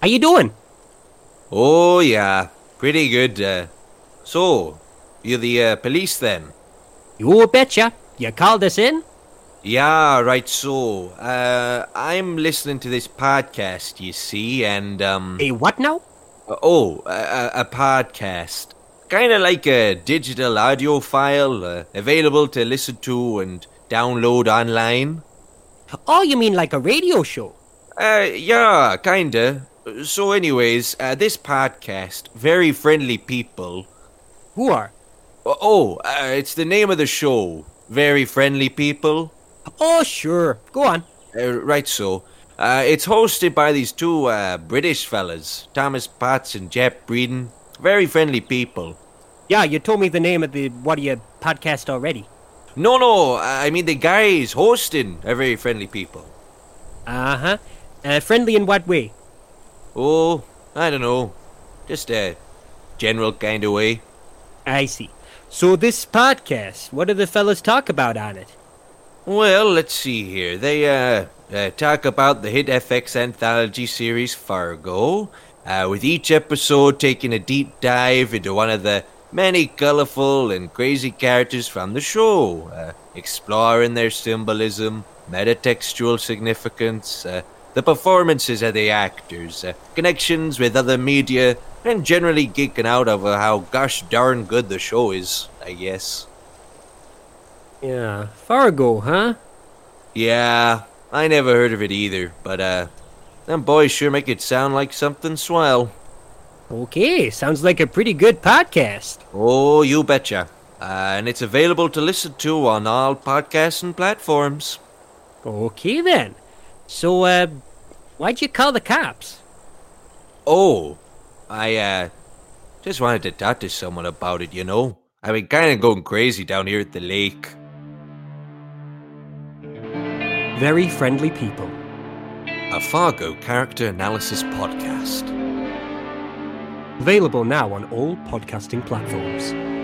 How you doing? Oh, yeah. Pretty good. Uh, so, you're the uh, police then? You betcha. You called us in? Yeah, right. So, uh, I'm listening to this podcast, you see, and, um. A what now? Oh, a, a podcast. Kind of like a digital audio file uh, available to listen to and download online. Oh, you mean like a radio show? Uh, yeah, kinda. So, anyways, uh, this podcast, very friendly people. Who are? Oh, uh, it's the name of the show, Very Friendly People. Oh, sure. Go on. Uh, right, so. Uh, it's hosted by these two uh, British fellas, Thomas Potts and Jap Breeden. Very friendly people. Yeah, you told me the name of the what do you podcast already. No, no, I mean the guys hosting are very friendly people. Uh huh. Uh, friendly in what way? Oh, I don't know. Just a general kind of way. I see. So this podcast, what do the fellas talk about on it? Well, let's see here. They uh, uh, talk about the hit FX anthology series Fargo, uh, with each episode taking a deep dive into one of the many colorful and crazy characters from the show, uh, exploring their symbolism, metatextual significance, uh, the performances of the actors, uh, connections with other media, and generally geeking out over how gosh darn good the show is, I guess. Yeah, Fargo, huh? Yeah, I never heard of it either, but uh, them boys sure make it sound like something swell. Okay, sounds like a pretty good podcast. Oh, you betcha. Uh, and it's available to listen to on all podcasts and platforms. Okay then. So, uh, why'd you call the cops? Oh, I uh, just wanted to talk to someone about it, you know? I've been kind of going crazy down here at the lake. Very friendly people. A Fargo character analysis podcast. Available now on all podcasting platforms.